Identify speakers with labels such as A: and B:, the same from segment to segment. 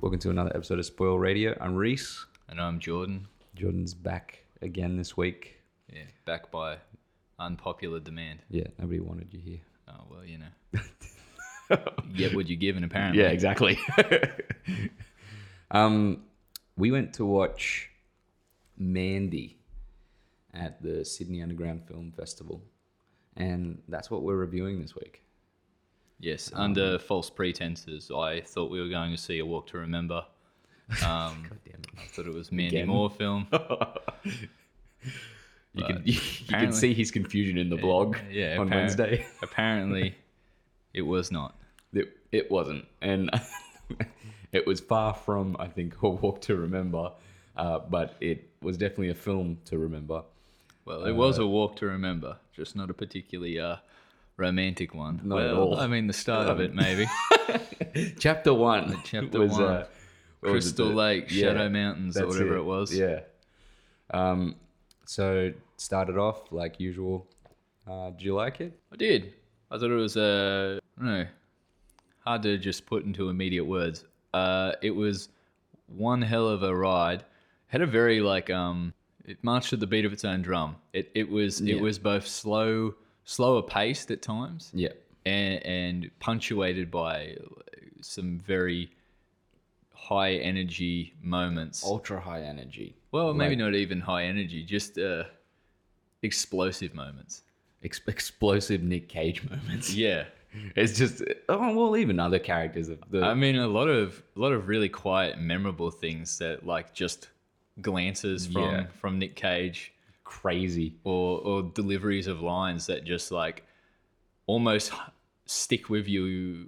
A: Welcome to another episode of Spoil Radio. I'm Reese.
B: And I'm Jordan.
A: Jordan's back again this week.
B: Yeah, back by unpopular demand.
A: Yeah, nobody wanted you here.
B: Oh, well, you know. Get what you're given, apparently.
A: Yeah, exactly. um, we went to watch Mandy at the Sydney Underground Film Festival, and that's what we're reviewing this week.
B: Yes,
A: Um,
B: under false pretenses, I thought we were going to see A Walk to Remember. Um, I thought it was Mandy
A: Again.
B: Moore film.
A: You
B: can-
A: can you, can
B: Uh, apparently-
A: see his confusion in the blog
B: yeah,
A: on
B: appar-
A: Wednesday.
B: apparently, it was not.
A: It, it wasn't, and it was far from I think a walk to remember, uh, but it was definitely a film to remember.
B: Well, it was a walk to remember, just not a particularly uh, romantic one.
A: Not at
B: well,
A: all.
B: I mean, the start of it, maybe.
A: Chapter one.
B: Chapter
A: was,
B: one.
A: uh, what was it,
B: Crystal
A: the-
B: Lake,
A: yeah,
B: Shadow Mountains, or
A: that's
B: whatever it, was.
A: Yeah. Um. So started off like usual. Uh, do you like it?
B: I did. I thought it was uh, I don't know, hard to just put into immediate words. Uh, it was one hell of a ride. Had a very like um, it marched to the beat of its own drum. It it was
A: Yeah.
B: it was both slow, slower paced at times,
A: Yeah.
B: and, and punctuated by some very high energy moments.
A: Ultra high energy,
B: well, maybe not even high energy, just uh, explosive moments.
A: Ex- explosive Nick Cage moments.
B: Yeah.
A: It's just oh well, even other characters of the
B: I mean, a lot of a lot of really quiet, memorable things that like just glances from
A: Yeah.
B: from Nick Cage
A: crazy.
B: or or deliveries of lines that just like almost stick with you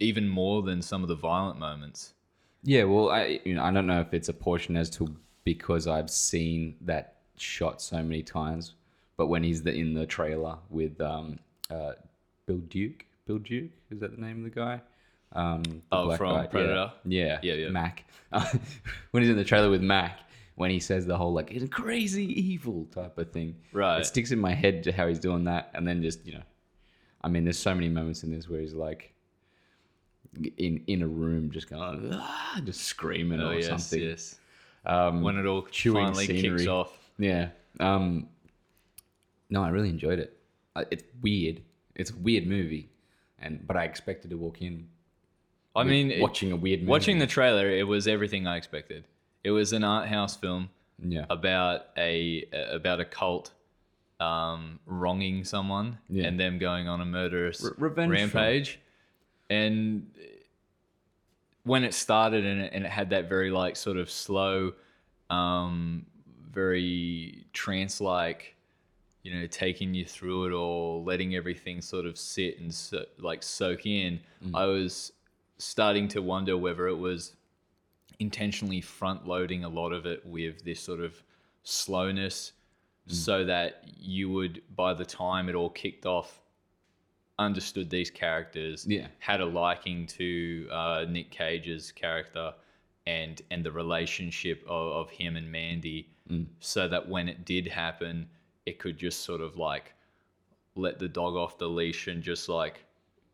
B: even more than some of the violent moments.
A: Yeah, well, I you know I don't know if it's a portion as to because I've seen that shot so many times, but when he's the, in the trailer with um uh Bill Duke, Bill Duke is that the name of the guy? Um, the
B: Oh, from
A: yeah.
B: Predator?
A: Yeah,
B: Yeah, yeah.
A: Mac. when he's in the trailer with Mac, when he says the whole like "It's crazy evil type of thing,
B: Right.
A: It sticks in my head to how he's doing that, and then just you know, I mean, there's so many moments in this where he's like in in a room just going "Ah," just screaming
B: Oh
A: or
B: yes,
A: something. Um,
B: yes. when it all
A: chewing
B: finally
A: scenery.
B: kicks off,
A: Yeah. Um no, I really enjoyed it. I- It's weird. It's a weird movie. And but I expected to walk in
B: I mean, it-
A: watching a weird movie.
B: watching the trailer, it was everything I expected. It was an art house film.
A: Yeah.
B: about a about a cult um, wronging someone
A: Yeah.
B: and them going on a murderous
A: Re- revenge
B: rampage. And when it started and it, and it had that very like sort of slow, um, very trance like, you know, taking you through it all, letting everything sort of sit and so, like soak in.
A: Mm.
B: I was starting to wonder whether it was intentionally front loading a lot of it with this sort of slowness so that you would by the time it all kicked off understood these characters
A: Yeah.
B: had a liking to uh, nick cage's character and and the relationship of, of him and mandy so that when it did happen it could just sort of like let the dog off the leash and just like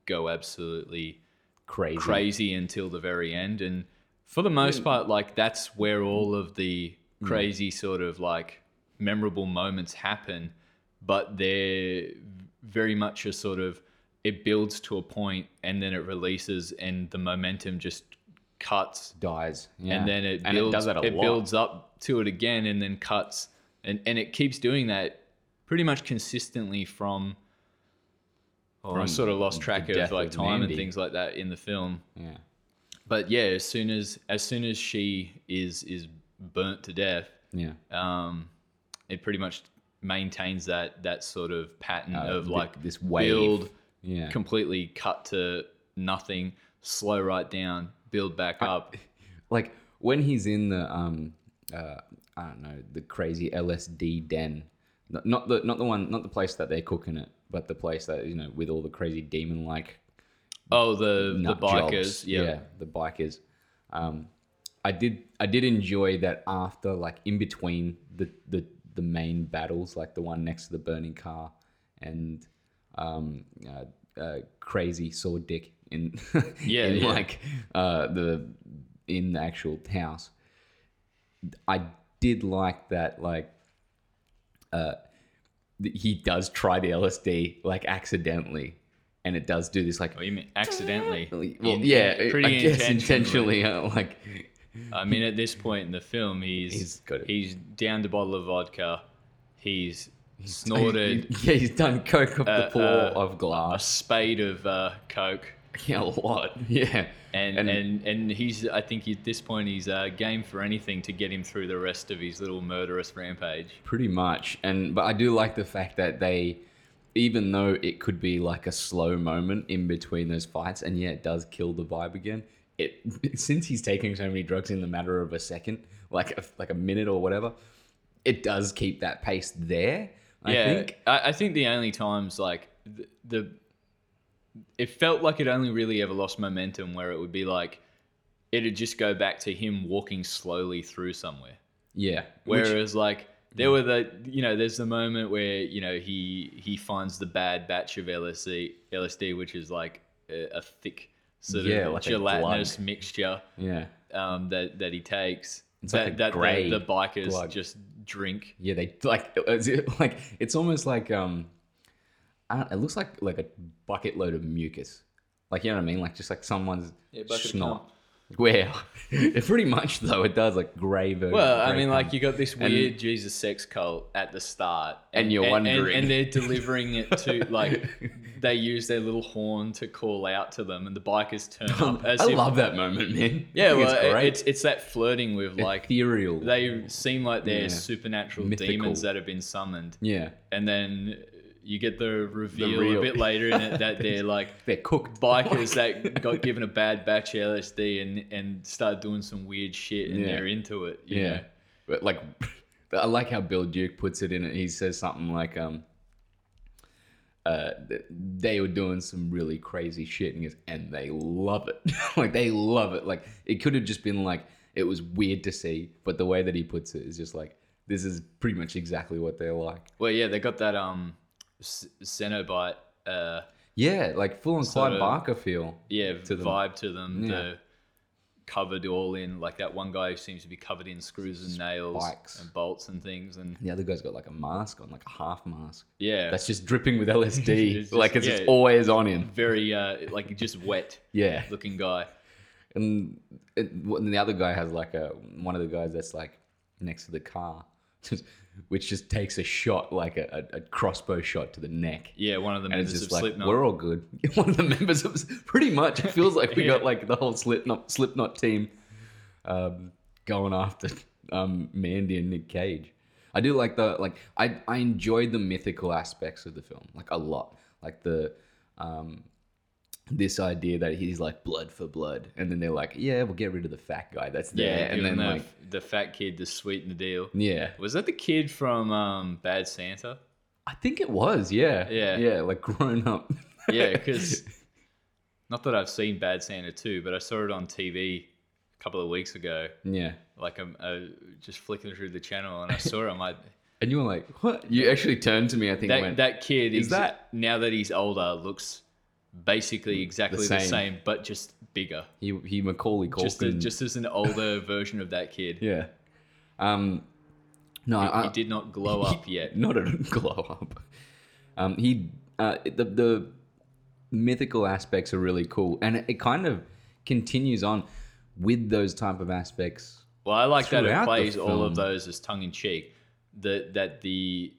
B: go absolutely
A: crazy.
B: crazy until the very end and for the
A: Mm.
B: most part like that's where all of the crazy sort of like memorable moments happen but they're very much a sort of it builds to a point and then it releases and the momentum just cuts
A: Dies. Yeah.
B: and then it builds
A: and it does that a lot.
B: builds up to it again and then cuts and and it keeps doing that pretty much consistently from oh, I
A: From
B: sort of lost
A: the
B: track of
A: death
B: like
A: of
B: time
A: Mandy.
B: and things like that in the film
A: yeah.
B: but yeah as soon as as soon as she is is burnt to death
A: Yeah.
B: um it pretty much maintains that that sort of pattern
A: Uh,
B: of
A: thi-
B: like
A: this wave.
B: build
A: Yeah.
B: completely cut to nothing slow right down build back up
A: like when he's in the um uh I don't know the crazy LSD den, N- not the not the one not the place that they're cooking it, but the place that you know with all the crazy demon like
B: oh the the
A: nut
B: bikers
A: jobs.
B: yeah.
A: the bikers. Um, I did I did enjoy that after like in between the the the main battles, like the one next to the burning car and um uh, uh, crazy sword dick in
B: Yeah,
A: in
B: yeah.
A: like uh the in the actual house. I did like that, like uh, th- he does try the LSD like accidentally, and it does do this like
B: Well, Oh, you mean accidentally?
A: well,
B: In-
A: yeah,
B: in-
A: pretty I guess intentionally,
B: intentionally.
A: uh, like
B: I mean, at this point in the film, he's
A: He's
B: he's,
A: got it.
B: downed a bottle of vodka. He's snorted
A: yeah, he's done coke off the
B: Uh,
A: floor
B: uh,
A: of
B: a
A: glass.
B: spade of uh, coke,
A: Yeah, a lot. Yeah,
B: and and, and he's I think at this point he's uh, game for anything to get him through the rest of his little murderous rampage.
A: pretty much. And but I do like the fact that they, even though it could be like a slow moment in between those fights, and yeah, it does kill the vibe again. It since he's taking so many drugs in the matter of a second, like a, like a minute or whatever, it does keep that pace there. I
B: yeah,
A: think.
B: I, I think the only times like the, the it felt like it only really ever lost momentum where it would be like it'd just go back to him walking slowly through somewhere.
A: Yeah. Which- Mm.
B: Whereas like there were the you know there's the moment where you know he he finds the bad batch of LSD LSD which is like a, a thick sort
A: Yeah,
B: of
A: like a
B: gelatinous mixture
A: yeah.
B: um, that that he takes
A: It's
B: that
A: like a
B: that the-
A: grey
B: the, bikers
A: glug.
B: just drink.
A: Yeah, they like is it- like it's almost like um I don't, it looks like like a bucket load of mucus. Like you know what I mean? Like just like someone's
B: Yeah, bucket of
A: snot. Where it pretty much though it does like grey version.
B: Well, I
A: grey
B: mean,
A: cum.
B: like you got this weird Jesus sex cult at the start,
A: And you're wondering.
B: and, they're delivering it to like they use their little horn to call out to them, and the bikers turn up. As
A: I
B: if,
A: love that moment, man. I
B: Yeah,
A: think
B: well,
A: it's
B: it-
A: great.
B: it's it's that flirting with like
A: ethereal.
B: they seem like they're
A: Yeah.
B: supernatural
A: Mythical.
B: demons that have been summoned,
A: yeah,
B: and then you get the reveal
A: real-
B: a bit later in it that they're like
A: they're cooked.
B: bikers that got given a bad batch of LSD and and start doing some weird shit, and
A: Yeah.
B: they're into it. you
A: Yeah.
B: know?
A: But like I like how Bill Duke puts it in it. He says something like um uh th- they were doing some really crazy shit and he goes, and they love it. like they love it. Like it could have just been like it was weird to see, but the way that he puts it is just like this is pretty much exactly what they're like.
B: Well, yeah, they got that um, C- Cenobite, uh,
A: Yeah, like full on Clyde
B: of-
A: Barker feel.
B: yeah,
A: them.
B: vibe to them.
A: Yeah.
B: The covered all in, like that one guy who seems to be covered in screws and nails
A: Spikes.
B: and bolts and things, and
A: The other guy's got like a mask on, like a half mask.
B: yeah,
A: That's just dripping with LSD.
B: It's just-
A: like it's
B: yeah.
A: just always on him.
B: very uh, like just wet
A: Yeah.
B: looking guy.
A: and, it, and the other guy has like a one of the guys that's like next to the car, which just takes a shot like a, a, a crossbow shot to the neck.
B: Yeah, one of the
A: And it's
B: members of
A: just like
B: Slipknot.
A: we're all good. One of the members of pretty much it feels like we
B: Yeah.
A: got like the whole Slipknot Slipknot team um, going after um, Mandy and Nick Cage. I do like the like I I enjoyed the mythical aspects of the film like a lot. Like the um, this idea that he's like blood for blood, and then they're like, yeah, we'll get rid of the fat guy that's
B: yeah,
A: there, and then
B: giving the,
A: like
B: the fat kid to sweeten the deal.
A: yeah,
B: Was that the kid from um, Bad Santa?
A: I think it was yeah
B: Yeah.
A: yeah like grown up
B: Yeah, because not that I've seen Bad Santa 2, but I saw it on TV a couple of weeks ago.
A: yeah.
B: like I'm uh, just flicking through the channel and I saw him. I,
A: And you were like, what? You actually turned to me, I think, and
B: that
A: went,
B: that kid
A: Is
B: is,
A: that-
B: that now that he's older looks basically exactly the same,
A: same.
B: but just bigger.
A: He he Macaulay Culkin.
B: Just a, just as an older version of that kid.
A: yeah. Um, no, I,
B: He did not glow up yet.
A: not a glow up. Um, he uh, the the mythical aspects are really cool, and it, it kind of continues on with those type of aspects.
B: Well, I like that
A: Throughout
B: it
A: the
B: plays all
A: film.
B: of those as tongue in cheek. That that the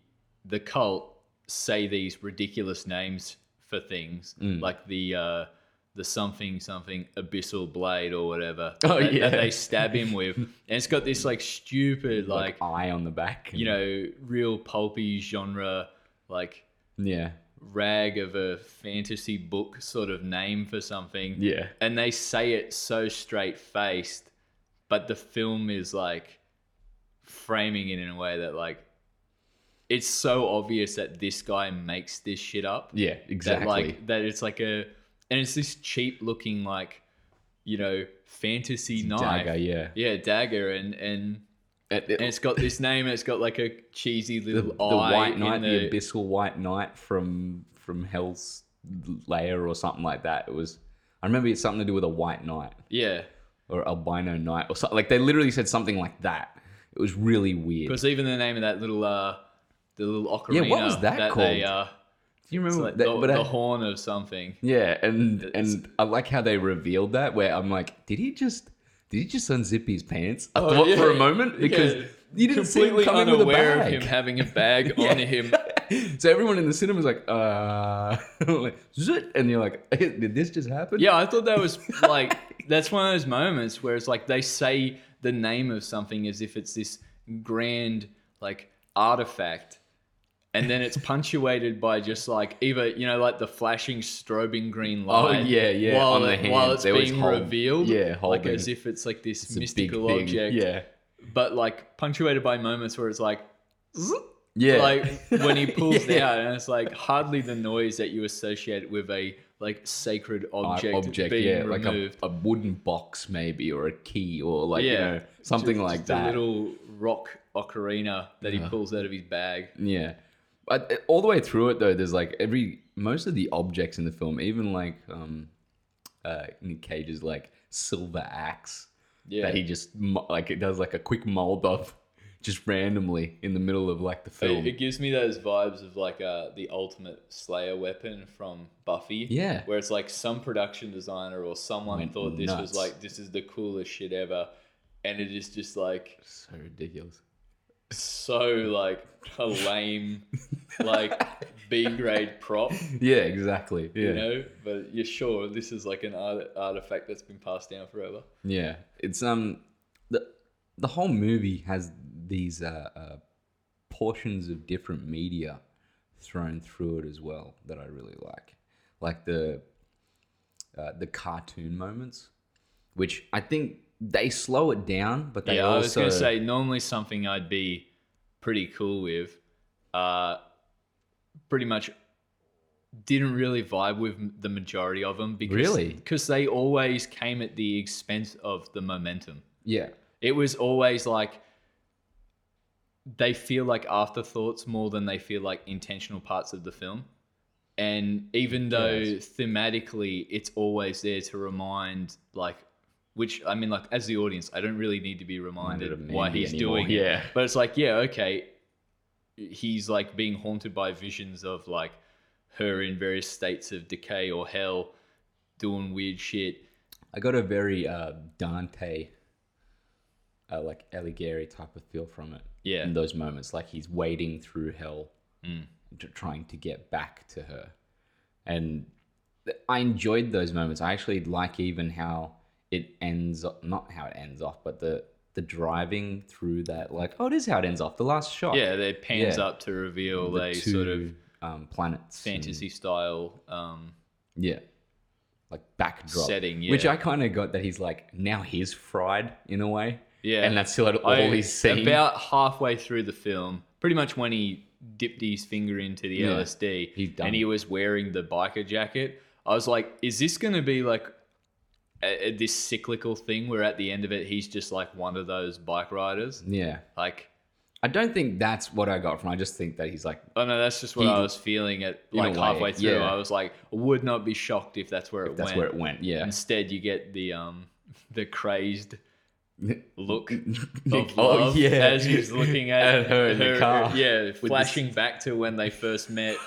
B: the cult say these ridiculous names for things
A: Mm.
B: like the uh, the something something abyssal blade or whatever
A: Oh,
B: that,
A: yeah.
B: that they stab him with, and it's got this like stupid like
A: Like, eye on the back.
B: you know real pulpy genre like
A: Yeah.
B: rag of a fantasy book sort of name for something.
A: Yeah.
B: And they say it so straight faced, but the film is like framing it in a way that like it's so obvious that this guy makes this shit up.
A: Yeah. Exactly.
B: That like that it's like a and it's this cheap looking like, you know, fantasy knife.
A: Dagger. Yeah.
B: Yeah, dagger and and
A: It- it-
B: and it's got this name. It's got like a cheesy
A: the,
B: little
A: the
B: eye
A: white
B: in
A: knight, the
B: the-
A: abyssal white knight from from Hell's layer or something like that. It was. I remember it's something to do with a white knight.
B: Yeah.
A: or albino knight or something. Like they literally said something like that. It was really weird.
B: Because even the name of that little uh, the little ocarina.
A: Yeah, what was that
B: They,
A: called?
B: uh,
A: Do you
B: it's
A: remember
B: like
A: that?
B: the,
A: but
B: the
A: I-
B: horn of something.
A: yeah, and and I like how they revealed that. Where I'm like, did he just did he just unzip his pants? I
B: Oh,
A: thought for a
B: yeah.
A: moment because
B: Yeah.
A: you didn't see him
B: Completely
A: coming with a
B: unaware
A: bag.
B: of him having a bag
A: Yeah.
B: on him.
A: so everyone in the cinema was like, uh, like, zit, and you're like, did this just happen?
B: Yeah, I thought that was like that's one of those moments where it's like they say the name of something as if it's this grand like artifact. And then it's punctuated by just like either you know like the flashing strobing green light.
A: Oh, yeah, yeah,
B: While,
A: on the
B: it- while
A: hand.
B: it's
A: They always
B: being
A: hold-
B: revealed,
A: yeah,
B: like
A: holding.
B: as if it's like this
A: It's a big
B: mystical
A: thing.
B: object.
A: Yeah,
B: but like punctuated by moments where it's like "Zzz,"
A: yeah.
B: like when he pulls
A: Yeah.
B: it out and it's like hardly the noise that you associate with a like sacred object,
A: object,
B: being
A: yeah, like a,
B: removed
A: a wooden box maybe or a key or like you
B: Yeah.
A: know something
B: Just-
A: like
B: just
A: that. Uh-huh.
B: a little rock ocarina that he pulls out of his bag
A: Yeah. But uh, all the way through it though, there's like every most of the objects in the film, even like um uh Nick Cage's like silver axe
B: yeah
A: that he just mo- like it does like a quick mold of just randomly in the middle of like the film.
B: It, it gives me those vibes of like uh, the ultimate Slayer weapon from Buffy.
A: Yeah.
B: Where it's like some production designer or someone
A: Went
B: thought this
A: nuts.
B: was like, this is the coolest shit ever. And it is just like
A: so ridiculous.
B: so like a lame, like B grade prop,
A: Yeah, exactly. Yeah.
B: you know? But you're sure this is like an art- artifact that's been passed down forever.
A: Yeah, it's um the the whole movie has these uh, uh portions of different media thrown through it as well that I really like, like the uh, the cartoon moments, which I think they slow it down, but they
B: yeah,
A: also
B: I was going to say normally something I'd be pretty cool with. Uh, pretty much didn't really vibe with m- the majority of them because
A: Really?
B: because they always came at the expense of the momentum.
A: yeah,
B: It was always like they feel like afterthoughts more than they feel like intentional parts of the film. And even though
A: Yes.
B: thematically it's always there to remind like which I mean like as the audience, I don't really need to be reminded
A: Reminded of
B: why
A: Mandy
B: he's
A: anymore,
B: doing it.
A: yeah.
B: But it's like, yeah, okay. He's like being haunted by visions of like her in various states of decay or hell doing weird shit.
A: I got a very uh, Dante, uh, like Alighieri type of feel from it.
B: Yeah. Mm.
A: in those moments, like he's wading through hell, t- trying to get back to her, and th- I enjoyed those moments. I actually like even how it ends, o- not how it ends off, but the the driving through that, like oh, it is how it ends off. The last shot,
B: Yeah, they pans
A: Yeah.
B: up to reveal
A: the
B: a
A: two
B: sort of
A: um, planets, and-
B: fantasy style. Um,
A: yeah. Like backdrop
B: Setting,
A: which
B: yeah.
A: I kind of got that he's like now he's fried in a way,
B: yeah,
A: and that's still all
B: I-
A: he's seen.
B: About halfway through the film, pretty much when he dipped his finger into the
A: Yeah,
B: LSD,
A: he's done.
B: and he was wearing the biker jacket. I was like, is this going to be like a, a- this cyclical thing where at the end of it he's just like one of those bike riders?
A: yeah,
B: Like,
A: I don't think that's what I got from. it. I just think that he's like
B: oh no, that's just what
A: He-
B: I was feeling at
A: a
B: like
A: way,
B: halfway through.
A: yeah.
B: I was like, would not be shocked if that's where it
A: that's
B: went.
A: where it went. Yeah,
B: Instead, you get the um the crazed look
A: Like,
B: of
A: oh,
B: love
A: yeah.
B: as he's looking at,
A: At her in the car.
B: Yeah, flashing back to when they first met,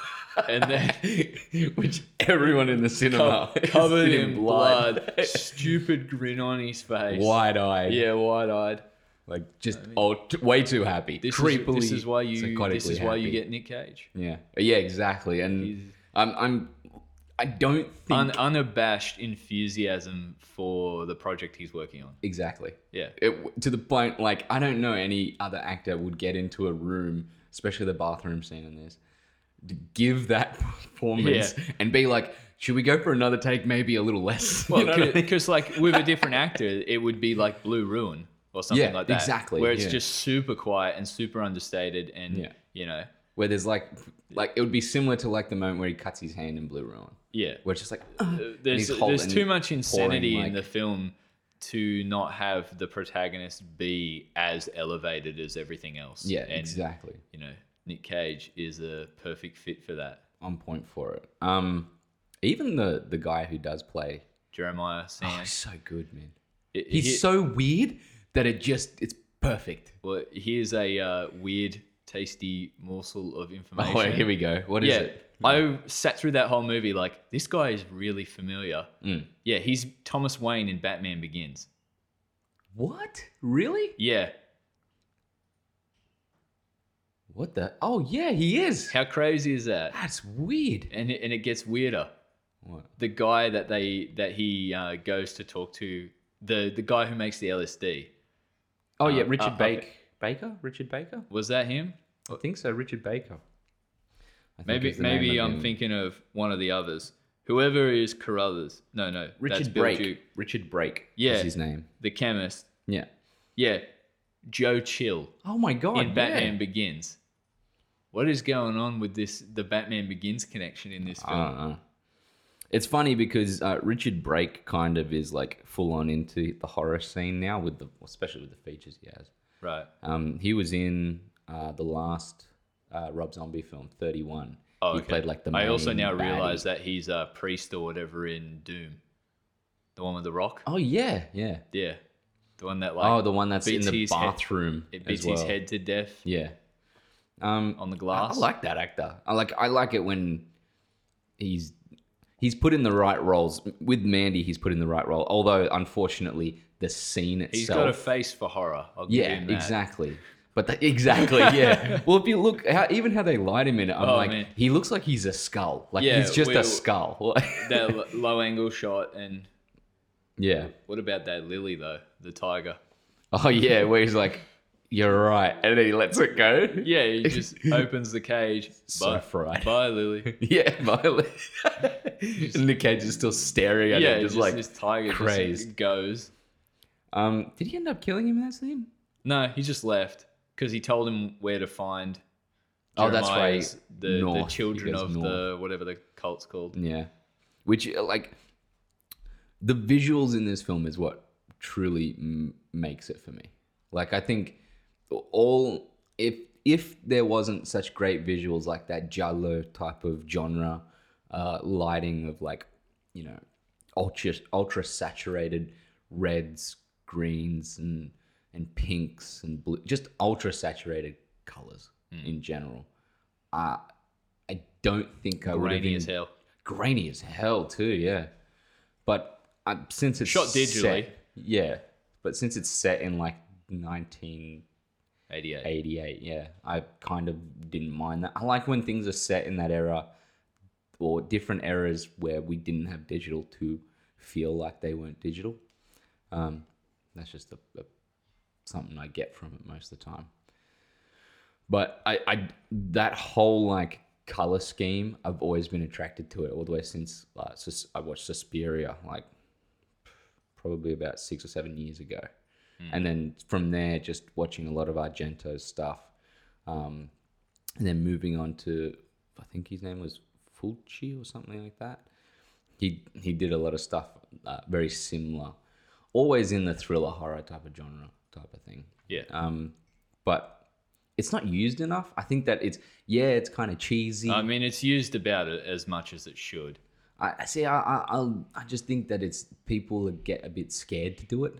B: and then
A: which everyone in the cinema
B: co-
A: is
B: covered in blood, stupid grin on his face.
A: wide eyed,
B: Yeah, wide eyed.
A: like just oh, t- way too happy.
B: This
A: Creepily,
B: is this is why you this
A: psychotically
B: is why you
A: happy.
B: get Nick Cage,
A: yeah, yeah, exactly. And I'm, I'm, I don't think
B: Un, unabashed enthusiasm for the project he's working on.
A: exactly.
B: Yeah,
A: it, to the point like I don't know any other actor would get into a room, especially the bathroom scene in this, to give that performance
B: Yeah.
A: and be like, should we go for another take? Maybe a little less. You
B: Well,
A: know what I mean?
B: because like with a different actor, it would be like Blue Ruin or something
A: Yeah,
B: like that.
A: exactly,
B: Where it's
A: yeah.
B: just super quiet and super understated, and
A: Yeah.
B: you know,
A: Where there's like, like it would be similar to like the moment where he cuts his hand in Blue Ruin,
B: yeah.
A: where it's just like, "Ugh."
B: There's
A: he's
B: there's
A: holding-
B: too much insanity
A: pouring,
B: in the
A: like-
B: film to not have the protagonist be as elevated as everything else.
A: yeah,
B: and,
A: exactly,
B: You know, Nick Cage is a perfect fit for that.
A: on point for it. Um, even the the guy who does play,
B: Jeremiah
A: oh,
B: Sands.
A: he's so good, man.
B: It-
A: He's
B: he-
A: so weird that it just it's perfect.
B: well, here's a uh, weird, tasty morsel of information.
A: Oh, wait, here we go. What is
B: yeah,
A: it?
B: I sat through that whole movie like this guy is really familiar.
A: Mm.
B: Yeah, he's Thomas Wayne in Batman Begins.
A: What? Really?
B: Yeah,
A: What the? Oh yeah, he is.
B: how crazy is that?
A: That's weird.
B: And it, and it gets weirder.
A: What?
B: The guy that they that he uh, goes to talk to, the the guy who makes the LSD,
A: Oh yeah,
B: Uh,
A: Richard
B: uh,
A: Baker. Baker? Richard Baker?
B: was that him?
A: I think so. Richard Baker. I think
B: Maybe
A: is the name
B: maybe
A: of
B: I'm
A: him.
B: thinking of one of the others. Whoever is Carruthers. No, no, that's
A: Richard
B: Bill
A: Brake.
B: Duke,
A: Richard Brake.
B: Yeah.
A: is his name.
B: the chemist.
A: Yeah.
B: Yeah, Joe Chill.
A: Oh my god.
B: in
A: yeah.
B: Batman Begins. What is going on with this the Batman Begins connection in this film?
A: I don't know. It's funny because uh, Richard Brake kind of is like full on into the horror scene now with the especially with the features he has.
B: right.
A: Um, he was in uh, the last uh, Rob Zombie film, Thirty One.
B: Oh,
A: he
B: okay.
A: played like the.
B: I also
A: main
B: now
A: baddie.
B: realize that he's a priest or whatever in Doom, the one with the rock.
A: Oh yeah, yeah.
B: Yeah, the one that like
A: Oh, the one that's in
B: beats
A: the
B: his head-
A: bathroom.
B: it
A: as
B: beats his
A: well.
B: head to death
A: Yeah. Um,
B: on the
A: I,
B: glass.
A: I like that actor. I like I like it when he's he's put in the right roles. With Mandy, he's put in the right role. Although, unfortunately, the scene itself.
B: He's got a face for horror. I'll give
A: yeah,
B: him that.
A: exactly. But the, exactly, yeah. well, if you look, how, even how they light him in it, I'm
B: Oh,
A: like,
B: man.
A: he looks like he's a skull. Like
B: Yeah,
A: he's just
B: well-
A: a skull.
B: that l- low angle shot and
A: yeah.
B: what about that lily though? The tiger.
A: Oh yeah, where he's like, "You're right," and then he lets it go.
B: Yeah, he just opens the cage.
A: So
B: bye,
A: fried.
B: bye, Lily.
A: Yeah, Violet. and the cage is still staring at
B: yeah,
A: him,
B: just,
A: just like
B: this tiger just
A: crazed.
B: goes.
A: Um, did he end up killing him in that scene?
B: No, he just left because he told him where to find.
A: Oh, that's
B: Jeremiah's-
A: right.
B: The,
A: North.
B: the
A: He
B: children
A: goes
B: of the whatever the cult's called.
A: Yeah, which uh, like the visuals in this film is what truly m- makes it for me. Like I think all if if there wasn't such great visuals like that giallo type of genre uh, lighting of like you know ultra ultra saturated reds, greens, and and pinks and blue, just ultra saturated colors
B: Hmm.
A: in general. Uh, I don't think I would have
B: Grainy as
A: en-
B: hell.
A: grainy as hell too. Yeah, but uh, since it's
B: Shot digitally.
A: set- yeah, but since it's set in like 1988,
B: 88.
A: yeah, I kind of didn't mind that. I like when things are set in that era or different eras where we didn't have digital to feel like they weren't digital. Um, that's just a, a, something I get from it most of the time. But I, I that whole like color scheme, I've always been attracted to it all the way since uh, Sus- I watched Suspiria, like probably about six or seven years ago,
B: Hmm.
A: and then from there, just watching a lot of Argento's stuff, um, and then moving on to I think his name was Fulci or something like that. He he did a lot of stuff uh, very similar, always in the thriller horror type of genre type of thing
B: Yeah.
A: um, but it's not used enough. I think that it's yeah, it's kind of cheesy.
B: I mean, it's used about it as much as it should.
A: I I see. I I I'll, I just think that it's people get a bit scared to do it,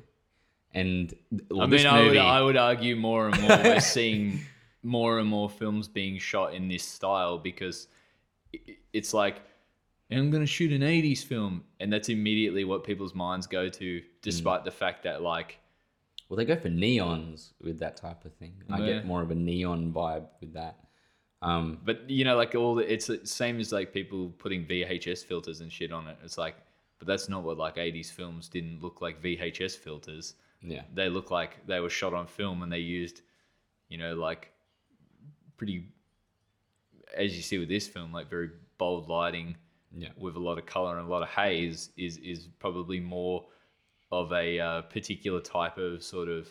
A: and well,
B: I
A: this
B: mean, I would,
A: movie-
B: I would argue more and more we're seeing more and more films being shot in this style because i- i- it's like, I'm going to shoot an 80s film. And that's immediately what people's minds go to, despite the fact that, like,
A: well, they go for neons with that type of thing. I
B: Yeah.
A: get more of a neon vibe with that. Um,
B: But you know, like all the, it's the same as like people putting VHS filters and shit on it. It's like, but that's not what like '80s films didn't look like VHS filters.
A: yeah,
B: They look like they were shot on film and they used, you know, like pretty, as you see with this film, like very bold lighting
A: yeah,
B: with a lot of color and a lot of haze is is probably more of a uh, particular type of sort of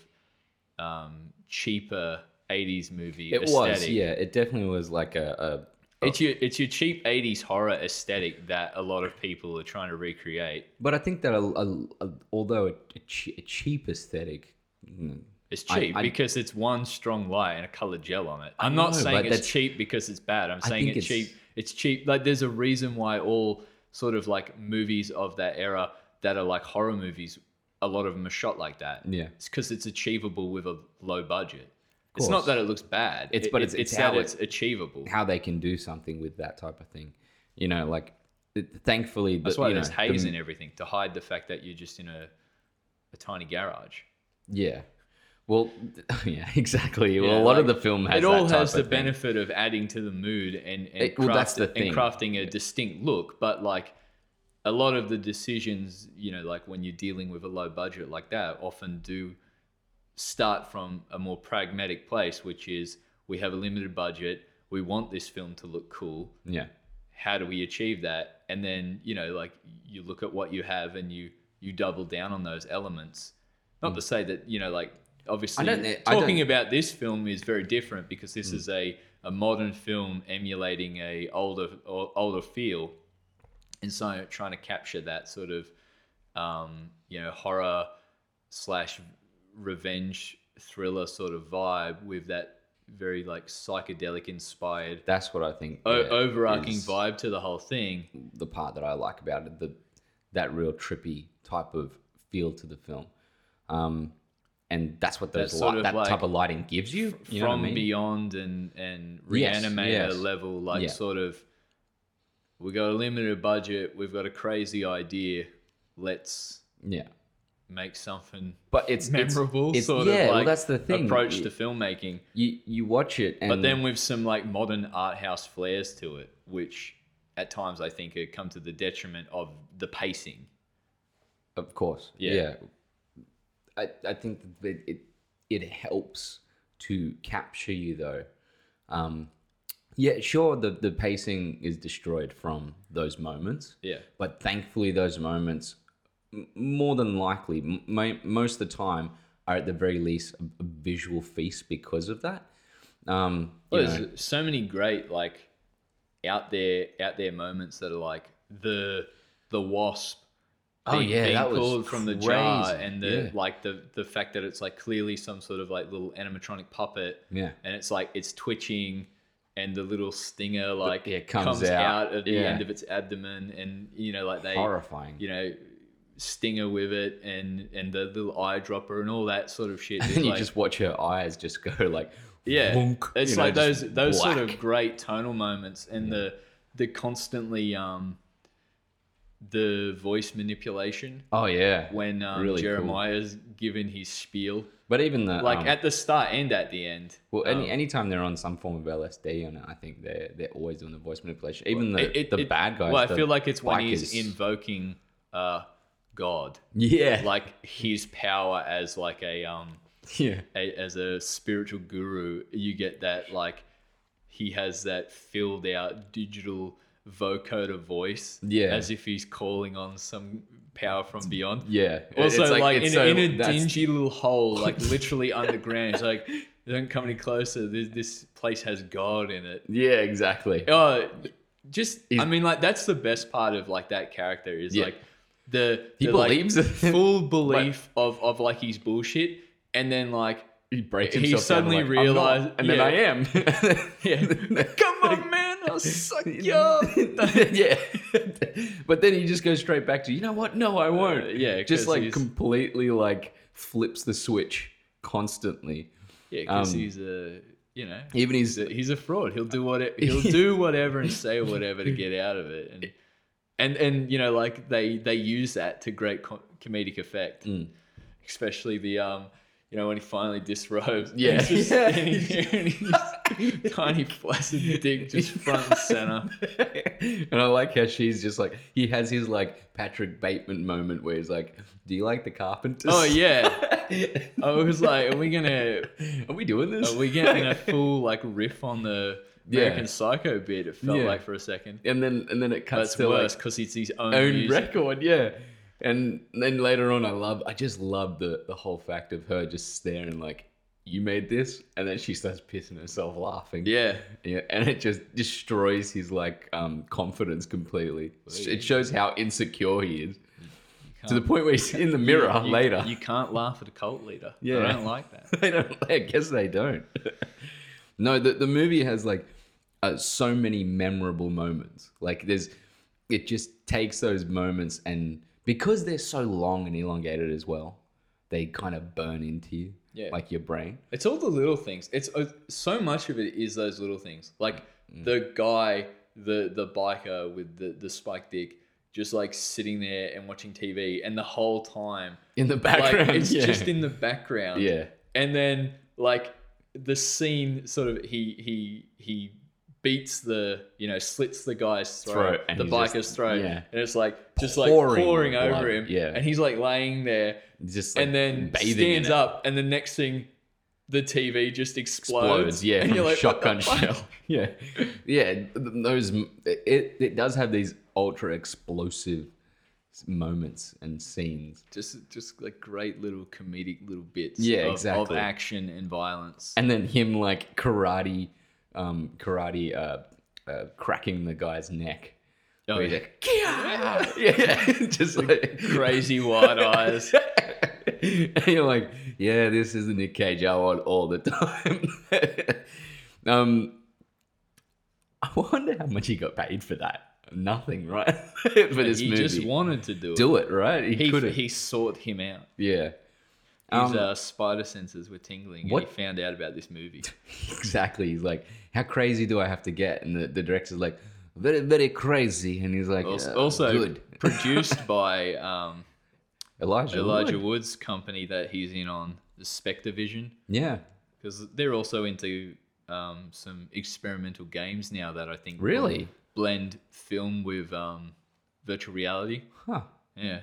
B: um, cheaper '80s movie.
A: it was.
B: aesthetic.
A: Yeah, it definitely was like a, a
B: It's your it's your cheap '80s horror aesthetic that a lot of people are trying to recreate.
A: But I think that a, a, a, although a, a, che- a cheap aesthetic. mm,
B: It's
A: I-
B: cheap
A: I-
B: because it's one strong light and a colored gel on it. I'm not
A: know,
B: saying
A: but
B: it's
A: that's-
B: cheap because it's bad. I'm saying
A: think
B: it's,
A: it's-
B: cheap. It's cheap. Like there's a reason why all sort of like movies of that era that are like horror movies a lot of them are shot like that.
A: Yeah.
B: It's because it's achievable with a low budget. It's not
A: course.
B: that it looks bad.
A: It's-
B: It-
A: but
B: it-
A: it's-
B: it's,
A: it's
B: that
A: how it-
B: it's achievable.
A: how they can do something with that type of thing. You know, like it- thankfully, the,
B: That's why
A: you know,
B: there's haze
A: the-
B: and everything to hide the fact that you're just in a a tiny garage.
A: Yeah. Well, yeah, exactly.
B: Yeah,
A: well, a lot of
B: like,
A: the film has
B: it all
A: that type
B: has the
A: of thing.
B: benefit of adding to the mood and and,
A: It- well, that's the
B: craft- and
A: thing.
B: crafting a distinct look but like a lot of the decisions you know like when you're dealing with a low budget like that often do start from a more pragmatic place which is we have a limited budget we want this film to look cool
A: Yeah.
B: how do we achieve that and then you know like you look at what you have and you you double down on those elements not to say that you know like obviously
A: Mm. I don't- I don't- Mm.
B: talking about this film is very different because this is a a modern film emulating a older o- older feel and so trying to capture that sort of um you know horror slash revenge thriller sort of vibe with that very like psychedelic inspired
A: That's what I think.
B: o-
A: yeah,
B: overarching
A: is
B: vibe to the whole thing.
A: The part that I like about it, the that real trippy type of feel to the film, um, and that's what those
B: That
A: li-
B: sort of
A: that
B: like
A: type of lighting gives you. you know what I
B: From
A: mean?
B: Beyond and and
A: Yes,
B: Reanimator
A: yes.
B: level, like
A: Yeah.
B: sort of. We got a limited budget. We've got a crazy idea. Let's
A: Yeah.
B: make something
A: But it's it's-
B: memorable.
A: It's,
B: sort
A: yeah,
B: of like
A: well, that's the thing.
B: approach
A: you,
B: to filmmaking,
A: you you watch it, and
B: but then with some like modern art house flares to it, which at times I think have come to the detriment of the pacing.
A: Of course.
B: Yeah.
A: Yeah. I, I think that it, it it helps to capture you though. Um, yeah, sure. The the pacing is destroyed from those moments.
B: Yeah.
A: But thankfully, those moments, m- more than likely, m- mo- most of the time, are at the very least a, a visual feast because of that. Um, you
B: Well,
A: know,
B: there's so many great like out there out there moments that are like the the wasp
A: Oh, yeah,
B: being
A: that was
B: pulled from the jar
A: crazy.
B: and the
A: Yeah.
B: like the the fact that it's like clearly some sort of like little animatronic puppet
A: Yeah.
B: and it's like it's twitching and the little stinger like
A: yeah, comes out.
B: of the
A: Yeah.
B: end of its abdomen and you know like they
A: horrifying.
B: you know stinger with it and and the little eyedropper and all that sort of shit
A: and you
B: Like-
A: just watch her eyes just go like,
B: yeah
A: wonk,
B: it's
A: you know,
B: like
A: just
B: those those sort
A: black.
B: of great tonal moments and the the constantly um the voice manipulation
A: Oh yeah.
B: when um,
A: Really cool.
B: jeremiah's given his spiel
A: But even the
B: like
A: um,
B: at the start and at the end
A: Well, any
B: Um,
A: anytime they're on some form of LSD on it, I think they're they're always doing the voice manipulation. Even the
B: it-
A: the
B: it-
A: bad guys.
B: well i
A: the
B: feel like it's when he's
A: bikers.
B: invoking uh god
A: Yeah,
B: like his power as like a um
A: yeah,
B: a, as a spiritual guru, you get that like he has that filled out digital vocoder voice,
A: Yeah.
B: as if he's calling on some power from beyond.
A: yeah.
B: Also,
A: It's
B: like, in,
A: it's
B: in a
A: that's-
B: dingy little hole, like literally underground. It's like don't come any closer. This, this place has God in it.
A: Yeah, exactly.
B: Oh, just I
A: He's-
B: mean, like that's the best part of like that character is
A: Yeah.
B: like the
A: He
B: the,
A: believes
B: like,
A: it.
B: full belief of of like he's bullshit, and then like
A: He breaks
B: he
A: himself.
B: suddenly
A: down, like, "I'm not,"
B: realized-
A: and
B: yeah.
A: then I am.
B: Yeah. Come on, man. I'll suck you up.
A: yeah, but then he just goes straight back to you know what? No, I won't.
B: Uh, yeah, 'cause
A: just like
B: he's-
A: completely like flips the switch constantly.
B: Yeah, because
A: Um,
B: he's a, you know,
A: Even
B: he's
A: his
B: a, he's a fraud. He'll do what he'll do whatever and say whatever to get out of it. And and and you know, like they they use that to great co- comedic effect,
A: Mm.
B: especially the um. You know, when he finally disrobes,
A: Yeah.
B: he's just
A: Yeah.
B: standing there and his tiny flaccid dick just front and center.
A: and I like how she's just like he has his like Patrick Bateman moment where he's like, "Do you like the carpenters?"
B: Oh yeah, I was like, are we gonna
A: are we doing this?
B: Are we getting a full like riff on the
A: Yeah.
B: American Psycho bit? It felt
A: Yeah.
B: like for a second.
A: and then and then it
B: But
A: cuts
B: it's
A: to
B: worse
A: like
B: because it's his own,
A: own
B: music.
A: record, yeah. And then later on, I love, I just love the the whole fact of her just staring like, "You made this," and then she starts pissing herself laughing.
B: Yeah,
A: Yeah, and it just destroys his like um, confidence completely. It shows how insecure he is to the point where he's in the mirror
B: You-
A: later.
B: You can't laugh at a cult leader.
A: Yeah.
B: I don't like that.
A: they don't. I guess they don't. no, the the movie has like uh, so many memorable moments. Like there's, it just takes those moments and because they're so long and elongated as well, they kind of burn into you,
B: Yeah.
A: like your brain.
B: It's all the little things. It's uh, so much of it is those little things. Like the guy, the the biker with the the spike dick, just like sitting there and watching TV, and the whole time,
A: In the
B: like
A: background,
B: it's
A: yeah.
B: just in the background.
A: yeah,
B: And then like the scene, sort of he he he beats the you know slits the guy's throat,
A: Throat, and
B: the
A: he's
B: biker's
A: just-
B: throat,
A: yeah.
B: and it's like just like
A: Pouring
B: pouring,
A: blood,
B: over him.
A: yeah.
B: And he's like laying there
A: just like
B: and then
A: bathing in
B: stands
A: it.
B: up, and the next thing, the TV just explodes.
A: explodes. Yeah,
B: and
A: from
B: you're like, what the
A: shotgun
B: fuck?
A: shell. Yeah, yeah. th- Those it it does have these ultra explosive s- moments and scenes,
B: Just, just like great little comedic little bits.
A: Yeah,
B: of,
A: exactly.
B: Of action and violence.
A: and then him like karate, um, karate, uh, uh cracking the guy's neck.
B: Oh,
A: Where he's
B: yeah.
A: like, "Kia!" yeah, just like
B: Crazy wide eyes.
A: and you're like, yeah, this is the Nick Cage I want all the time. um, I wonder how much he got paid for that. Nothing, right? for this
B: he
A: movie,
B: just wanted to do it.
A: do it, right? He,
B: he,
A: couldn't.
B: he sought him out.
A: yeah,
B: His
A: Um,
B: uh, spider senses were tingling,
A: what-
B: and he found out about this movie.
A: exactly. He's like, how crazy do I have to get? And the, the director's like, very, very crazy. And he's like,
B: Also,
A: "Uh,
B: also
A: good.
B: produced by um,
A: Elijah,
B: Elijah
A: Wood.
B: Wood's company that he's in on, the Spectre Vision.
A: Yeah,
B: because they're also into um, some experimental games now that I think will
A: Really?
B: blend film with um, virtual reality.
A: huh?
B: Yeah,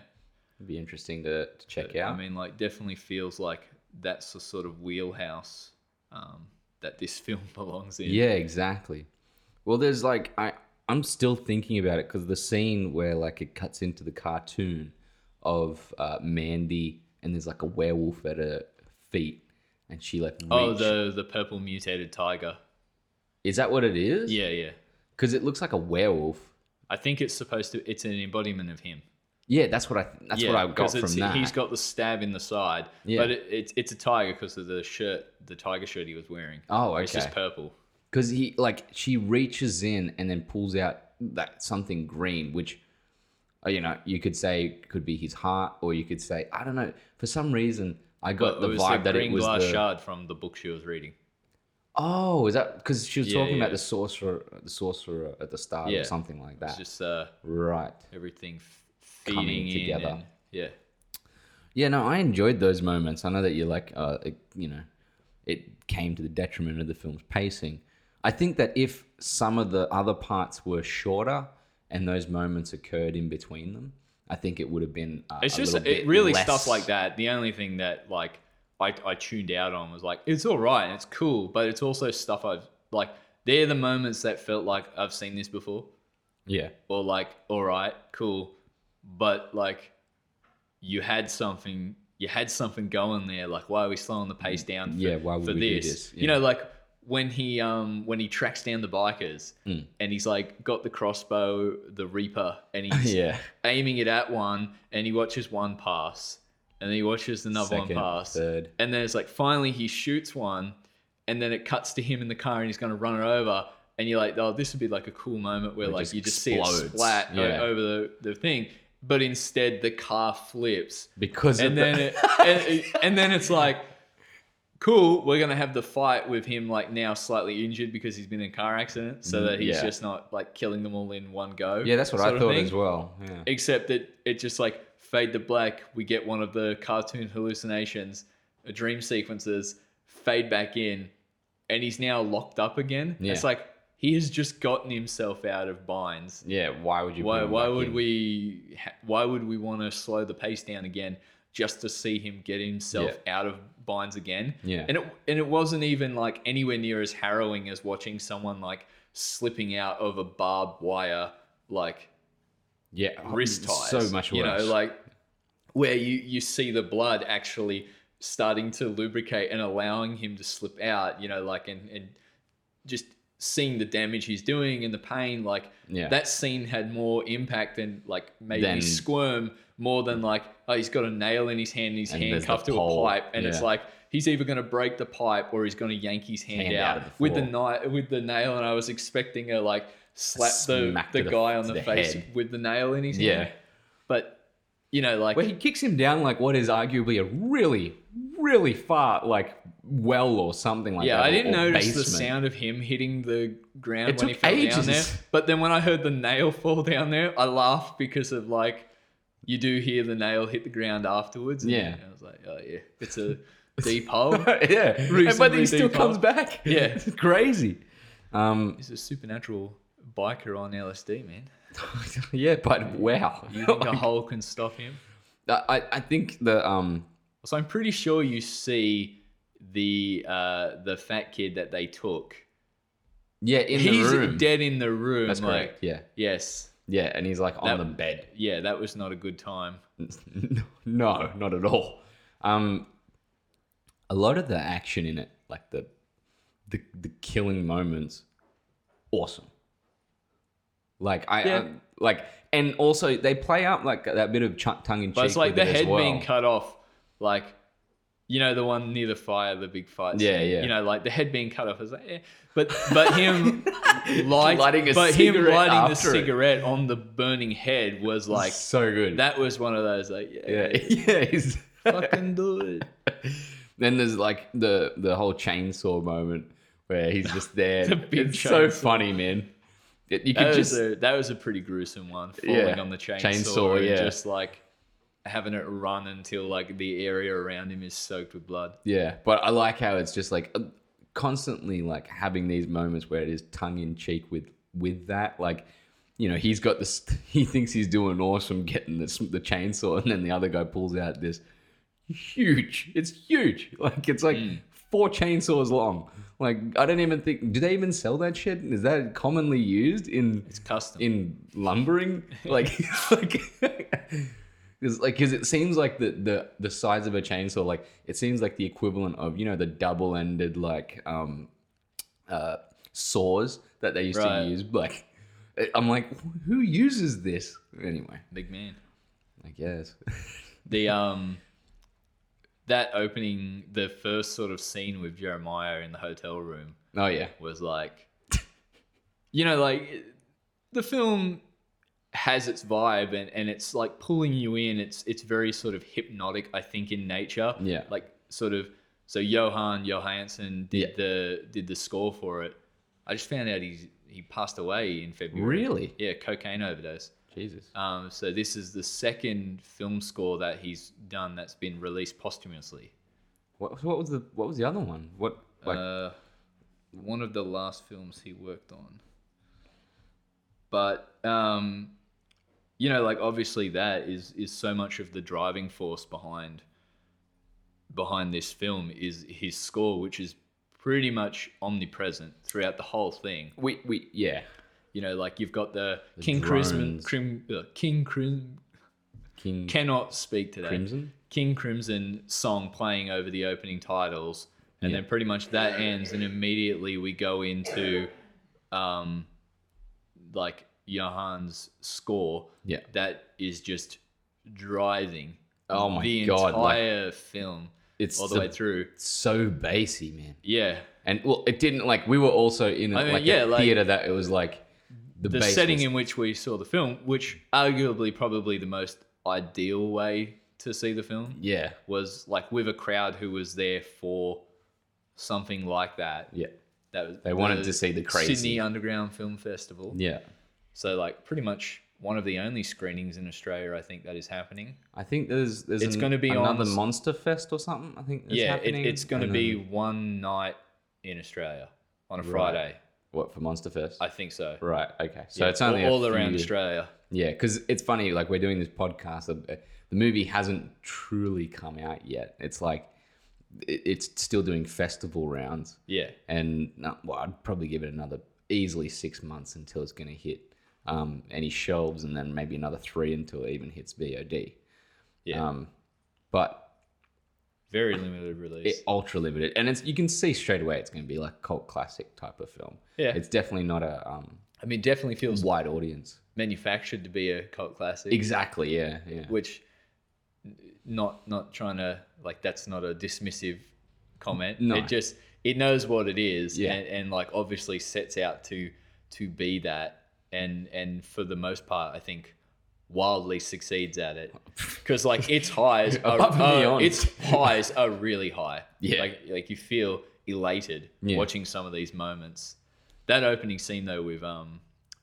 A: It'd be interesting to, to check out.
B: I mean, like, definitely feels like that's the sort of wheelhouse um, that this film belongs in.
A: Yeah, exactly. Well, there's like I I'm still thinking about it because the scene where like it cuts into the cartoon of uh, Mandy and there's like a werewolf at her feet and she like
B: Oh,
A: reach-
B: the the purple mutated tiger.
A: is that what it is?
B: Yeah, yeah.
A: because it looks like a werewolf.
B: I think it's supposed to. It's an embodiment of him.
A: Yeah, that's what I that's
B: yeah,
A: what I got
B: 'cause
A: from
B: it's-
A: that.
B: He's got the stab in the side,
A: Yeah.
B: but it, it's it's a tiger because of the shirt, the tiger shirt he was wearing.
A: Oh,
B: It's just
A: okay.
B: purple.
A: because he like she reaches in and then pulls out that something green which uh, you know you could say could be his heart or you could say i don't know for some reason i got
B: But
A: the
B: it was
A: vibe that it
B: green
A: was
B: glass
A: the
B: shard from the book she was reading.
A: oh is that because she was
B: Yeah,
A: talking about
B: yeah.
A: the sorcerer the sorcerer at the start
B: Yeah.
A: or something like that
B: It's just uh,
A: right
B: everything f-
A: Coming
B: feeding in
A: together.
B: and- yeah,
A: yeah no i enjoyed those moments i know that you're like uh, it, you know it came to the detriment of the film's pacing i think that if some of the other parts were shorter and those moments occurred in between them i think it would have been uh,
B: it's
A: a
B: just
A: little bit
B: it really
A: less-
B: stuff like that. The only thing that like I, I tuned out on was like it's all right, and it's cool, but it's also stuff I've like. They're the moments that felt like I've seen this before,
A: yeah
B: or like all right, cool, but like you had something, you had something going there. Like why are we slowing the pace down? For,
A: Mm, Yeah, why would
B: for
A: we do
B: this?
A: this?
B: You
A: Yeah.
B: know, like when he um when he tracks down the bikers
A: Mm.
B: and he's like got the crossbow, the reaper, and he's
A: yeah
B: aiming it at one and he watches one pass and then he watches another
A: Second,
B: one pass
A: third.
B: and then it's like finally he shoots one and then it cuts to him in the car and he's going to run it over and you're like oh this would be like a cool moment where
A: It
B: like
A: just
B: you just see
A: explodes.
B: it splat o-
A: Yeah.
B: over the, the thing but instead the car flips
A: because of
B: and
A: the-
B: then it, and, it- and then it's like cool we're going to have the fight with him like now slightly injured because he's been in a car accident so
A: Mm,
B: that he's
A: yeah.
B: just not like killing them all in one go
A: yeah that's what
B: sort
A: i
B: of
A: thought
B: thing
A: as well yeah
B: except that it just like fade to black. We get one of the cartoon hallucinations, uh, dream sequences, fade back in, and he's now locked up again.
A: Yeah.
B: It's like he has just gotten himself out of binds.
A: yeah why would you
B: Why?
A: bring him
B: Why
A: back
B: would
A: in?
B: we? ha- Why would we want to slow the pace down again just to see him get himself out of binds again?
A: Yeah.
B: And it and it wasn't even like anywhere near as harrowing as watching someone like slipping out of a barbed wire like
A: yeah oh,
B: wrist ties.
A: so much worse
B: You know, like where you you see the blood actually starting to lubricate and allowing him to slip out. You know, like and and just seeing the damage he's doing and the pain. Like
A: Yeah.
B: that scene had more impact than like made
A: Than-
B: me squirm more than like oh he's got a nail in his hand and he's
A: And there's the
B: handcuffed to
A: pole.
B: a pipe and it's
A: Yeah.
B: like. He's either going to break the pipe or he's going to yank his hand,
A: Hand out
B: out,
A: of the
B: with the
A: floor.
B: knife, with the nail, and I was expecting a like slap the,
A: Smack to
B: the
A: the-
B: guy on
A: to
B: the,
A: the
B: face
A: head.
B: with the nail in his
A: Yeah.
B: hand. But you know, like
A: Where he kicks him down like what is arguably a really, really far like well or something like
B: yeah,
A: that.
B: I
A: or-
B: didn't
A: or
B: notice the
A: basement.
B: sound of him hitting the ground
A: It
B: when he
A: took
B: fell down
A: ages.
B: there. But then when I heard the nail fall down there, I laughed because of like you do hear the nail hit the ground afterwards. and
A: Yeah.
B: I was like, oh yeah, it's a deep hole.
A: yeah, And- but
B: Recently
A: he still
B: default.
A: comes back.
B: Yeah.
A: it's crazy. Um,
B: He's a supernatural biker on LSD, man.
A: yeah, but wow.
B: You think a hole can stop him?
A: I, I think the um,
B: So I'm pretty sure you see the uh, the fat kid that they took.
A: yeah, in
B: He's
A: the room.
B: dead in the room.
A: That's
B: like,
A: correct. Yeah,
B: Yes.
A: yeah, and he's like on
B: That-
A: the bed.
B: Yeah, that was not a good time.
A: no, not at all. Um, a lot of the action in it, like the the, the killing moments, awesome. Like I,
B: Yeah.
A: I- like, and also they play up like that bit of ch- tongue in cheek.
B: But it's like the
A: it as
B: head
A: well.
B: being cut off, like you know the one near the fire, the big fight.
A: Yeah,
B: scene.
A: yeah.
B: You know, like the head being cut off is like, eh. but but him light,
A: Lighting a
B: but him
A: cigarette
B: lighting the
A: after it.
B: cigarette on the burning head was like
A: so good.
B: that was one of those like yeah,
A: yeah, yeah. he's-
B: fucking do it.
A: Then there's like the the whole chainsaw moment where he's just there.
B: The big
A: it's so
B: chainsaw.
A: funny, man. It- You
B: That
A: can
B: was
A: just
B: a that was a pretty gruesome one, falling
A: Yeah.
B: on the chainsaw,
A: Chainsaw,
B: and
A: yeah.
B: just like having it run until like the area around him is soaked with blood.
A: yeah, but I like how it's just like uh, constantly like having these moments where it is tongue in cheek with with that like. You know, he's got this. He thinks he's doing awesome, getting this, the chainsaw, and then the other guy pulls out this huge. It's huge. Like it's like four chainsaws long. Like I don't even think. Do they even sell that shit? Is that commonly used in
B: It's custom.
A: in lumbering like like because like 'cause it seems like the, the the size of a chainsaw like it seems like the equivalent of you know the double-ended like um uh saws that they used
B: Right.
A: to use like i'm like who uses this anyway
B: big man.
A: i guess
B: the um that opening the first sort of scene with jeremiah in the hotel room
A: oh yeah
B: was like you know like the film has its vibe and, and it's like pulling you in it's it's very sort of hypnotic i think in nature
A: Yeah.
B: like sort of so johan johansson did
A: Yeah.
B: the did the score for it i just found out he's he passed away in february
A: really
B: yeah cocaine overdose
A: jesus
B: um, so this is the second film score that he's done that's been released posthumously.
A: what, what was the what was the other one what like
B: uh, one of the last films he worked on. But um, you know, like obviously that is is so much of the driving force behind behind this film is his score, which is pretty much omnipresent throughout the whole thing.
A: we we yeah
B: You know, like you've got the, King Crimson,
A: drones.
B: Crim, uh, King Crim,
A: king
B: cannot speak today.
A: crimson
B: King Crimson song playing over the opening titles, and then pretty much that ends, and immediately we go into, um, like Johan's score
A: yeah
B: that is just driving.
A: Oh my
B: the
A: God, like-
B: entire film
A: it's
B: all the
A: so-
B: way through.
A: so bassy man
B: Yeah,
A: And well, it didn't like we were also in a,
B: I mean,
A: like
B: yeah,
A: a
B: like-
A: theater that it was like the,
B: the
A: bass
B: setting
A: was-
B: in which we saw the film, which arguably probably the most ideal way to see the film
A: yeah,
B: was like with a crowd who was there for something like that.
A: yeah,
B: That was
A: They wanted to see the crazy.
B: Sydney Underground Film Festival.
A: yeah.
B: So like pretty much one of the only screenings in Australia, I think that is happening.
A: I think there's there's
B: It's gonna be on
A: another
B: the s-
A: Monster Fest or something. I think that's
B: yeah, it,
A: happening.
B: it's going to
A: And
B: be
A: then-
B: one night in Australia on a Friday.
A: what for Monster Fest.
B: I think so.
A: right. Okay. So
B: Yeah,
A: it's only
B: all, all
A: a
B: around
A: few-
B: Australia.
A: Yeah, because it's funny. Like we're doing this podcast. uh, The movie hasn't truly come out yet. It's like it, it's still doing festival rounds.
B: Yeah.
A: and no- well, I'd probably give it another easily six months until it's going to hit um, any shelves, and then maybe another three until it even hits VOD.
B: Yeah.
A: Um, but
B: Very limited release.
A: it ultra limited, and it's you can see straight away it's going to be like cult classic type of film.
B: Yeah.
A: it's definitely not a um,
B: I mean, definitely feels
A: wide audience.
B: manufactured to be a cult classic.
A: Exactly. Yeah. Yeah.
B: Which, n- not not trying to like that's not a dismissive comment.
A: No.
B: It just it knows what it is,
A: Yeah.
B: and, and like obviously sets out to to be that, and and for the most part, I think wildly succeeds at it because like its highs are,
A: Above and
B: are-
A: beyond.
B: its highs are really high.
A: Yeah.
B: like like you feel elated
A: Yeah.
B: watching some of these moments. That opening scene though with um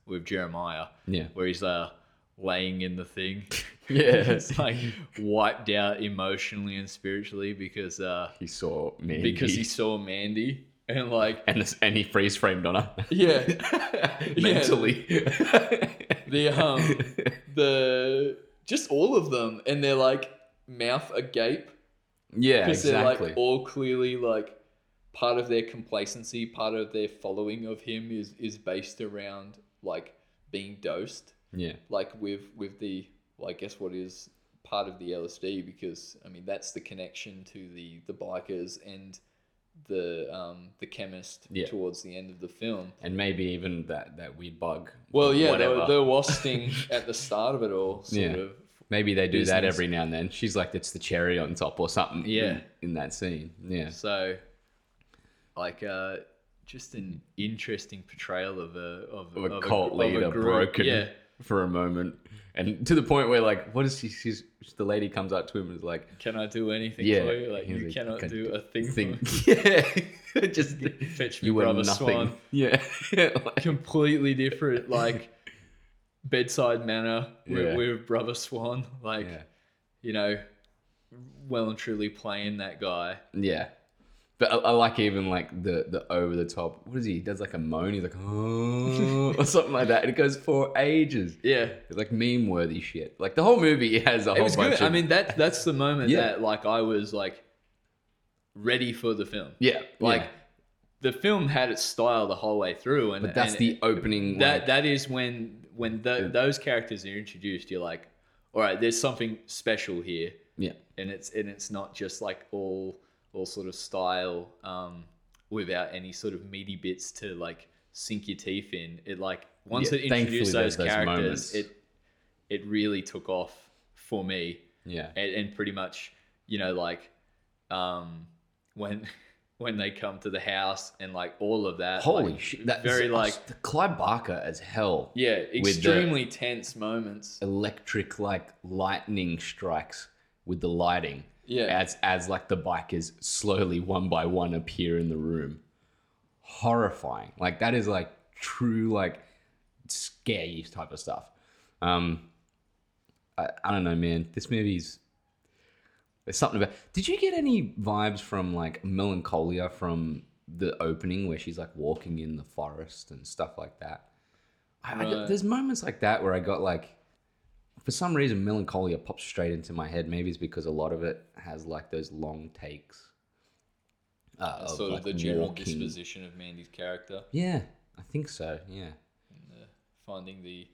B: with Jeremiah,
A: Yeah.
B: where he's uh laying in the thing,
A: Yeah.
B: it's like wiped out emotionally and spiritually because uh
A: He saw me
B: because he saw Mandy and like
A: and this, and he freeze framed on her
B: yeah
A: mentally.
B: the um the just all of them and they're like mouth agape
A: yeah,
B: because they're
A: exactly.
B: like all clearly like part of their complacency part of their following of him is is based around like being dosed
A: yeah,
B: like with with the well, i guess what is part of the lsd because i mean that's the connection to the the bikers and the um the chemist
A: Yeah.
B: towards the end of the film
A: and maybe even that that weird bug.
B: well yeah they
A: Whatever.
B: were, they were wasting at the start of it all sort
A: Yeah.
B: of
A: Maybe they do that
B: business.
A: every now and then. She's like, it's the cherry on top or something.
B: Yeah.
A: in, in that scene. Yeah,
B: So, like, uh, just an interesting portrayal of a of,
A: of a
B: of
A: cult
B: of a
A: leader
B: group.
A: broken
B: Yeah,
A: for a moment, and to the point where like, what is she? She's the lady comes up to him and is like,
B: can I do anything
A: Yeah,
B: for you? Like,
A: he's
B: you
A: like,
B: cannot
A: "Can
B: do a thing.
A: thing,
B: For me.
A: yeah, just
B: Fetch me,
A: you were
B: brother
A: nothing.
B: Swan.
A: Yeah, Like,
B: Completely different, like bedside manner with,
A: Yeah.
B: with brother Swan. Like,
A: yeah.
B: you know, well and truly playing that guy.
A: Yeah. But I, I like even like the the over the top. What is he? He does like a moan. He's like oh, or something like that. And it goes for ages.
B: Yeah.
A: It's like meme worthy shit. Like the whole movie has a
B: It
A: whole
B: was
A: bunch.
B: good.
A: Of,
B: I mean, that that's the moment
A: Yeah.
B: that like I was like ready for the film.
A: yeah,
B: Like
A: yeah.
B: the film had its style the whole way through, and
A: But that's
B: and
A: the opening.
B: that
A: like,
B: that is when when tho- those characters are introduced, you're like, all right, there's something special here,
A: yeah,
B: and it's and it's not just like all all sort of style um, without any sort of meaty bits to like sink your teeth in. It like once
A: Yeah,
B: it introduced
A: thankfully
B: those
A: there's those
B: characters,
A: moments.
B: it it really took off for me
A: yeah,
B: and, and pretty much you know like um when when they come to the house and like all of that
A: Holy
B: like,
A: shit! That's
B: very like
A: the Clive Barker as hell.
B: yeah
A: the-
B: extremely tense moments
A: Electric like lightning strikes with the lighting.
B: Yeah.
A: As as like the bikers slowly one by one appear in the room. Horrifying. Like that is like true like scare you type of stuff. Um I, I don't know, man. This movie's there's something about Did you get any vibes from like melancholia from the opening where she's like walking in the forest and stuff like that? I, I-
B: Right.
A: there's moments like that where I got like, for some reason, melancholia pops straight into my head. Maybe it's because a lot of it has like those long takes. Uh,
B: That's sort of the general
A: walking.
B: disposition of mandy's character
A: Yeah, I think so. Yeah,
B: finding the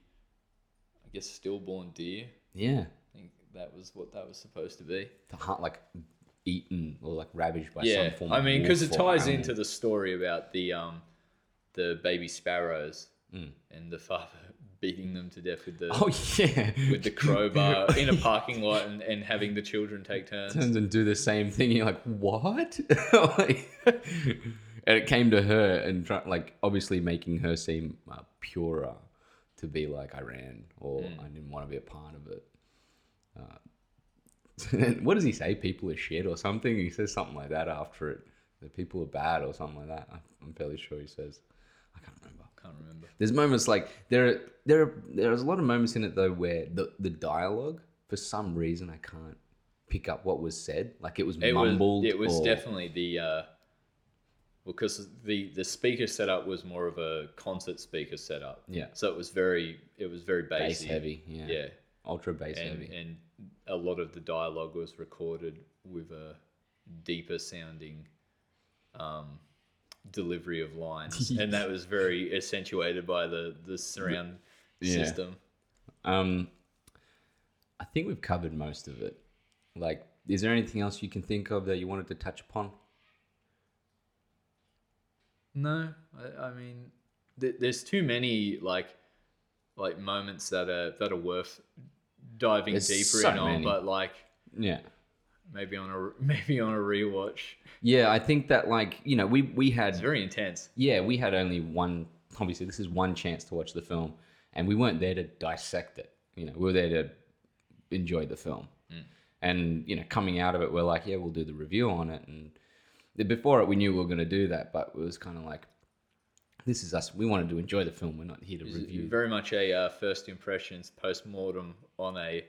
B: i guess stillborn deer
A: yeah.
B: i think that was what that was supposed to be
A: The heart like eaten or like ravaged by
B: yeah
A: some form.
B: i
A: of
B: mean because it
A: wolf or
B: ties
A: animal.
B: into the story about the um the baby sparrows and the father beating them to death with the
A: Mm. Oh yeah,
B: with the crowbar in a parking lot and, and having the children take turns.
A: turns and do the same thing. You're like, what? Like- and it came to her and try, like obviously making her seem uh, purer to be like I ran or I didn't want to be a part of it. Uh, what does he say? People are shit or something. He says something like that after it. That people are bad or something like that. I- I'm fairly sure he says. I can't remember.
B: Can't remember.
A: There's moments like there are there are, there's a lot of moments in it though where the the dialogue for some reason I can't pick up what was said. Like it was
B: It
A: mumbled.
B: was it was
A: or-
B: definitely the uh, because the the speaker setup was more of a concert speaker setup.
A: Yeah.
B: So it was very it was very
A: bass
B: bassy.
A: heavy. Yeah.
B: Yeah.
A: Ultra bass
B: And
A: heavy.
B: and a lot of the dialogue was recorded with a deeper sounding um, delivery of lines, and that was very accentuated by the the surround
A: Yeah.
B: system.
A: Um, I think we've covered most of it. Like, is there anything else you can think of that you wanted to touch upon?
B: No, I, I mean, th- there's too many like, like moments that are that are worth diving
A: There's
B: deeper
A: so
B: in on.
A: many.
B: But like,
A: Yeah.
B: maybe on a maybe on a rewatch.
A: Yeah, I think that like you know we we had
B: It's very intense.
A: yeah, we had only one. Obviously, this is one chance to watch the film, and we weren't there to dissect it. You you know, we were there to enjoy the film.
B: Mm.
A: And you know, coming out of it, we're like, yeah, we'll do the review on it. And the- before it, we knew we were going to do that, but it was kind of like, this is us. We wanted to enjoy the film. We're not here to review.
B: Very much a uh, first impressions post mortem on a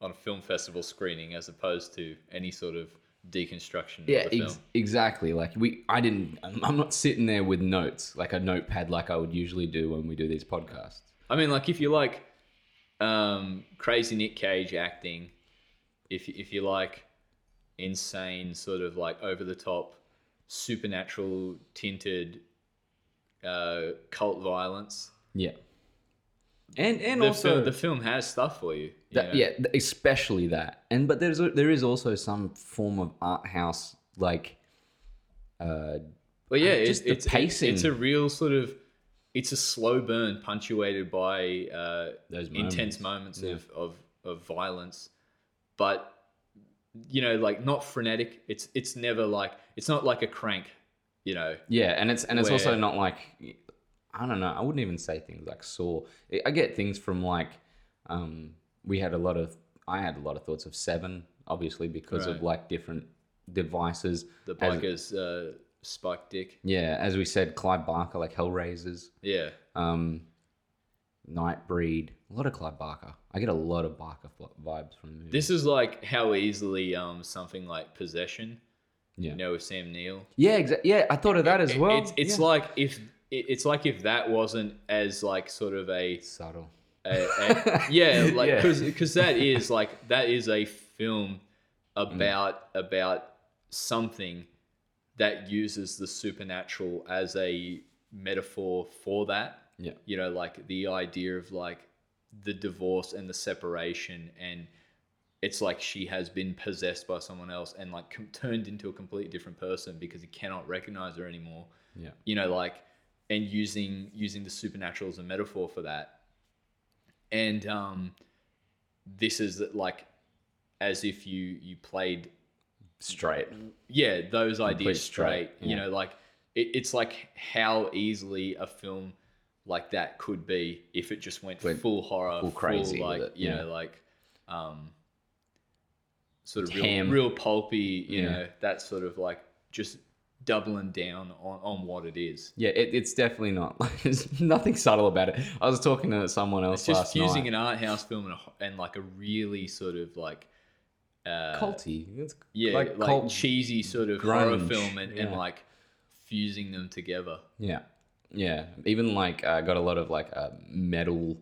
B: on a film festival screening as opposed to any sort of deconstruction
A: yeah,
B: of the
A: ex-
B: film.
A: exactly. Like we, I didn't. I'm I'm not sitting there with notes, like a notepad, like I would usually do when we do these podcasts.
B: I mean, like if you like um, crazy Nick Cage acting, if if you like insane sort of like over the top supernatural tinted uh, cult violence,
A: Yeah. And and
B: the,
A: also
B: film, the film has stuff for you. you
A: That,
B: know?
A: yeah, th- especially that. And but there's a, there is also some form of art house like uh
B: Well, yeah, it's,
A: Just the
B: it's,
A: pacing.
B: It's a real sort of, it's a slow burn punctuated by uh,
A: Those
B: intense moments of, of of violence, but you know, like not frenetic. It's it's never like it's not like a crank, you know.
A: yeah, and it's and it's also
B: Where-
A: not like I don't know, I wouldn't even say things like saw. I- I get things from like um we had a lot of I had a lot of thoughts of 7 obviously because of
B: Right.
A: like different devices.
B: The
A: As-
B: biker's uh, spike dick.
A: Yeah, as we said Clive Barker like Hellraisers.
B: Yeah,
A: um, Nightbreed, a lot of Clive Barker. I get a lot of Barker fl- vibes from the movie.
B: this is like how easily um something like possession.
A: Yeah.
B: You know, with Sam Neill.
A: yeah, exactly. Yeah, I thought of that as
B: It-
A: well.
B: it's it's
A: yeah.
B: like if it, it's like if that wasn't as like sort of a
A: subtle.
B: a, a- yeah like
A: Yeah.
B: because that is like that is a film
A: Mm.
B: about about something that uses the supernatural as a metaphor for that
A: Yeah,
B: you know like the idea of like the divorce and the separation and it's like she has been possessed by someone else and like com- turned into a completely different person because he cannot recognize her anymore
A: yeah,
B: you know like and using using the supernatural as a metaphor for that and um this is like as if you you played
A: straight.
B: yeah those
A: Complete
B: ideas
A: straight,
B: straight,
A: yeah.
B: you know like it, it's like how easily a film like that could be if it just went,
A: Went
B: full horror
A: full crazy with
B: like
A: it,
B: you
A: yeah.
B: know like um sort of
A: Ham.
B: real, real pulpy you
A: Yeah.
B: know that sort of like just doubling down on on what it is
A: Yeah, it, it's definitely not. Like, there's nothing subtle about it. I was talking to someone else
B: It's just
A: last night.
B: fusing an art house film and, a, ho- and like a really sort of like uh,
A: culty. It's
B: yeah, like,
A: cult-
B: cheesy sort of horror
A: grunge,
B: film and, and
A: yeah.
B: like fusing them together.
A: Yeah, yeah. Even like uh, got a lot of like uh, metal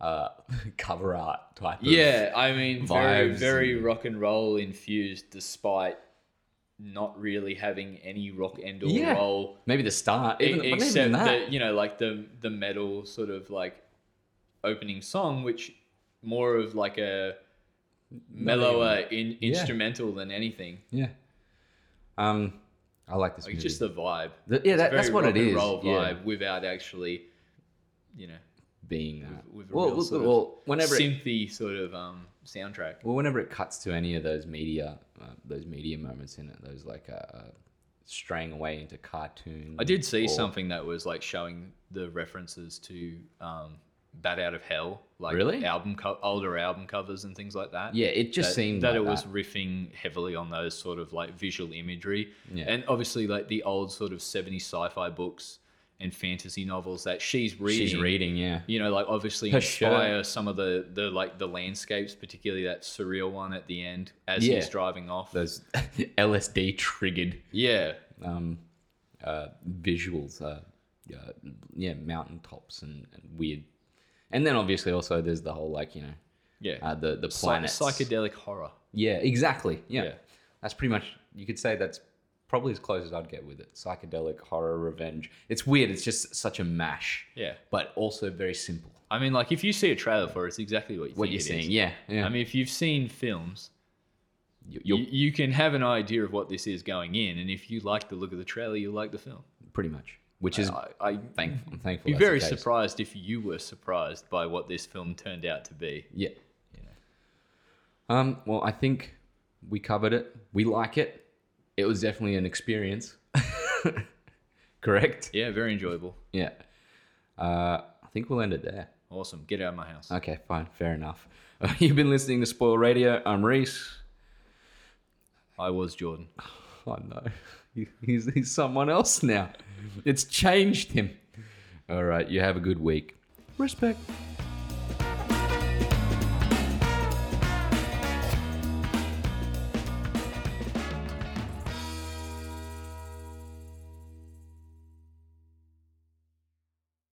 A: uh, cover art type. of-
B: Yeah, I mean, very
A: vibes
B: very
A: and-
B: rock and roll infused, despite not really having any rock and or
A: Yeah.
B: roll,
A: maybe the start.
B: e-
A: Even, but
B: except
A: even that.
B: the, you know, like the the metal sort of like opening song, which more of like a mellower in, instrumental than anything.
A: Yeah. Um, I like this
B: Like
A: movie.
B: just the vibe.
A: The- yeah, that,
B: Very
A: that's what
B: rock
A: it
B: and
A: is.
B: Roll
A: yeah,
B: vibe without actually, you know,
A: being that.
B: uh, with a
A: well,
B: real
A: well,
B: sort of
A: well, whenever it,
B: synthy sort of um, soundtrack.
A: well, whenever it cuts to any of those media, uh, those media moments in it, those like uh, uh, straying away into cartoon.
B: I did see
A: or-
B: something that was like showing the references to um, "Bat Out of Hell," like
A: Really?
B: album co- older album covers and things like that.
A: Yeah, it just
B: that,
A: seemed
B: that
A: like
B: it was riffing heavily on those sort of like visual imagery
A: Yeah.
B: and obviously like the old sort of 70s sci-fi books and fantasy novels that she's reading
A: She's reading. Yeah.
B: you know, like obviously
A: Her
B: inspire some of the the like the landscapes, particularly that surreal one at the end as
A: Yeah.
B: he's driving off.
A: Those LSD triggered
B: yeah,
A: um, uh, visuals. Uh, uh, yeah, mountaintops and, and weird. And then obviously also there's the whole like you know
B: yeah,
A: uh, the the
B: Psy-
A: planets.
B: psychedelic horror.
A: Yeah, exactly. Yeah.
B: Yeah.
A: That's pretty much, you could say that's probably as close as I'd get with it. Psychedelic, horror, revenge. It's weird. It's just such a mash,
B: Yeah,
A: but also very simple.
B: I mean, like if you see a trailer for it, it's exactly what you
A: What
B: think
A: you're
B: it is.
A: seeing. Yeah. yeah.
B: I mean, if you've seen films,
A: You-
B: you,
A: you're
B: you can have an idea of what this is going in, and if you like the look of the trailer, you like the film.
A: pretty much, which is,
B: I, I
A: thankful. I'm thankful.
B: be
A: that's the
B: Uh, very
A: case.
B: surprised if you were surprised by what this film turned out to be.
A: Yeah. Um, well, I think we covered it. We like it. It was definitely an experience. Correct?
B: Yeah, very enjoyable.
A: Yeah. Uh, I think we'll end it there.
B: Awesome. Get out of my house.
A: Okay, fine, fair enough. You've been listening to Spoil Radio. I'm Reese.
B: I was Jordan.
A: Oh no, He- he's, he's someone else now. It's changed him. All right, you have a good week. Respect.